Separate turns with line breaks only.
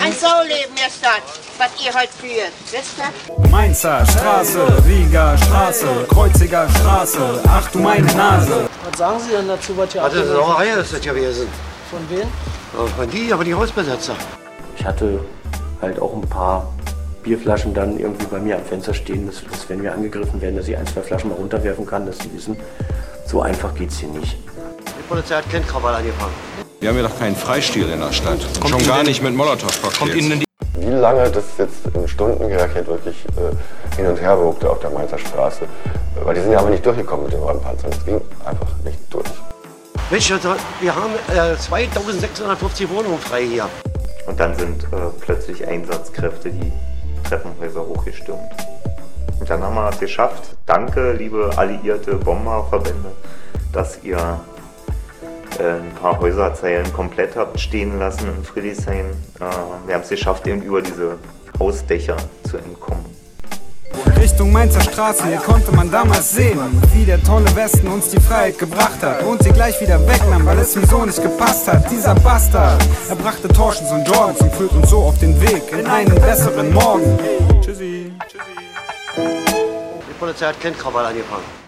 Ein Sauleben, Herr Stadt, was ihr heute führt. Wisst ihr?
Mainzer Straße, Rieger Straße, Kreuziger Straße, ach du meine Nase.
Was sagen Sie denn dazu, was ihr
Also eine Sauerei ist das gewesen.
Von wem?
Von die, aber die Hausbesetzer.
Ich hatte halt auch ein paar Bierflaschen dann irgendwie bei mir am Fenster stehen, dass, dass wenn wir angegriffen werden, dass ich ein, zwei Flaschen mal runterwerfen kann, dass sie wissen, so einfach geht's hier nicht.
Die Polizei hat keinen Krawall angefangen.
Wir haben ja doch keinen Freistil in der Stadt. Und schon gar nicht mit Molotow-Cocktails. Kommt Ihnen denn die
Wie lange das jetzt im Stundengerechnet wirklich äh, hin und her wogte auf der Mainzer Straße, äh, weil die sind ja aber nicht durchgekommen mit den Räumpanzern. Das ging einfach nicht durch.
Mensch, also, wir haben äh, 2650 Wohnungen frei hier.
Und dann sind äh, plötzlich Einsatzkräfte die Treppenhäuser hochgestürmt. Und dann haben wir das geschafft. Danke, liebe alliierte Bomberverbände, dass ihr äh, ein paar Häuserzeilen komplett habt stehen lassen in Friedrichshain. Äh, wir haben es geschafft, eben über diese Hausdächer zu entkommen.
Richtung Mainzer Straße, hier konnte man damals sehen, wie der tolle Westen uns die Freiheit gebracht hat und sie gleich wieder wegnahm, weil es ihm so nicht gepasst hat. Dieser Bastard, er brachte Torschens und Jorgens und führt uns so auf den Weg in einen besseren Morgen. Tschüssi.
Die Polizei hat keinen Krawall angefangen.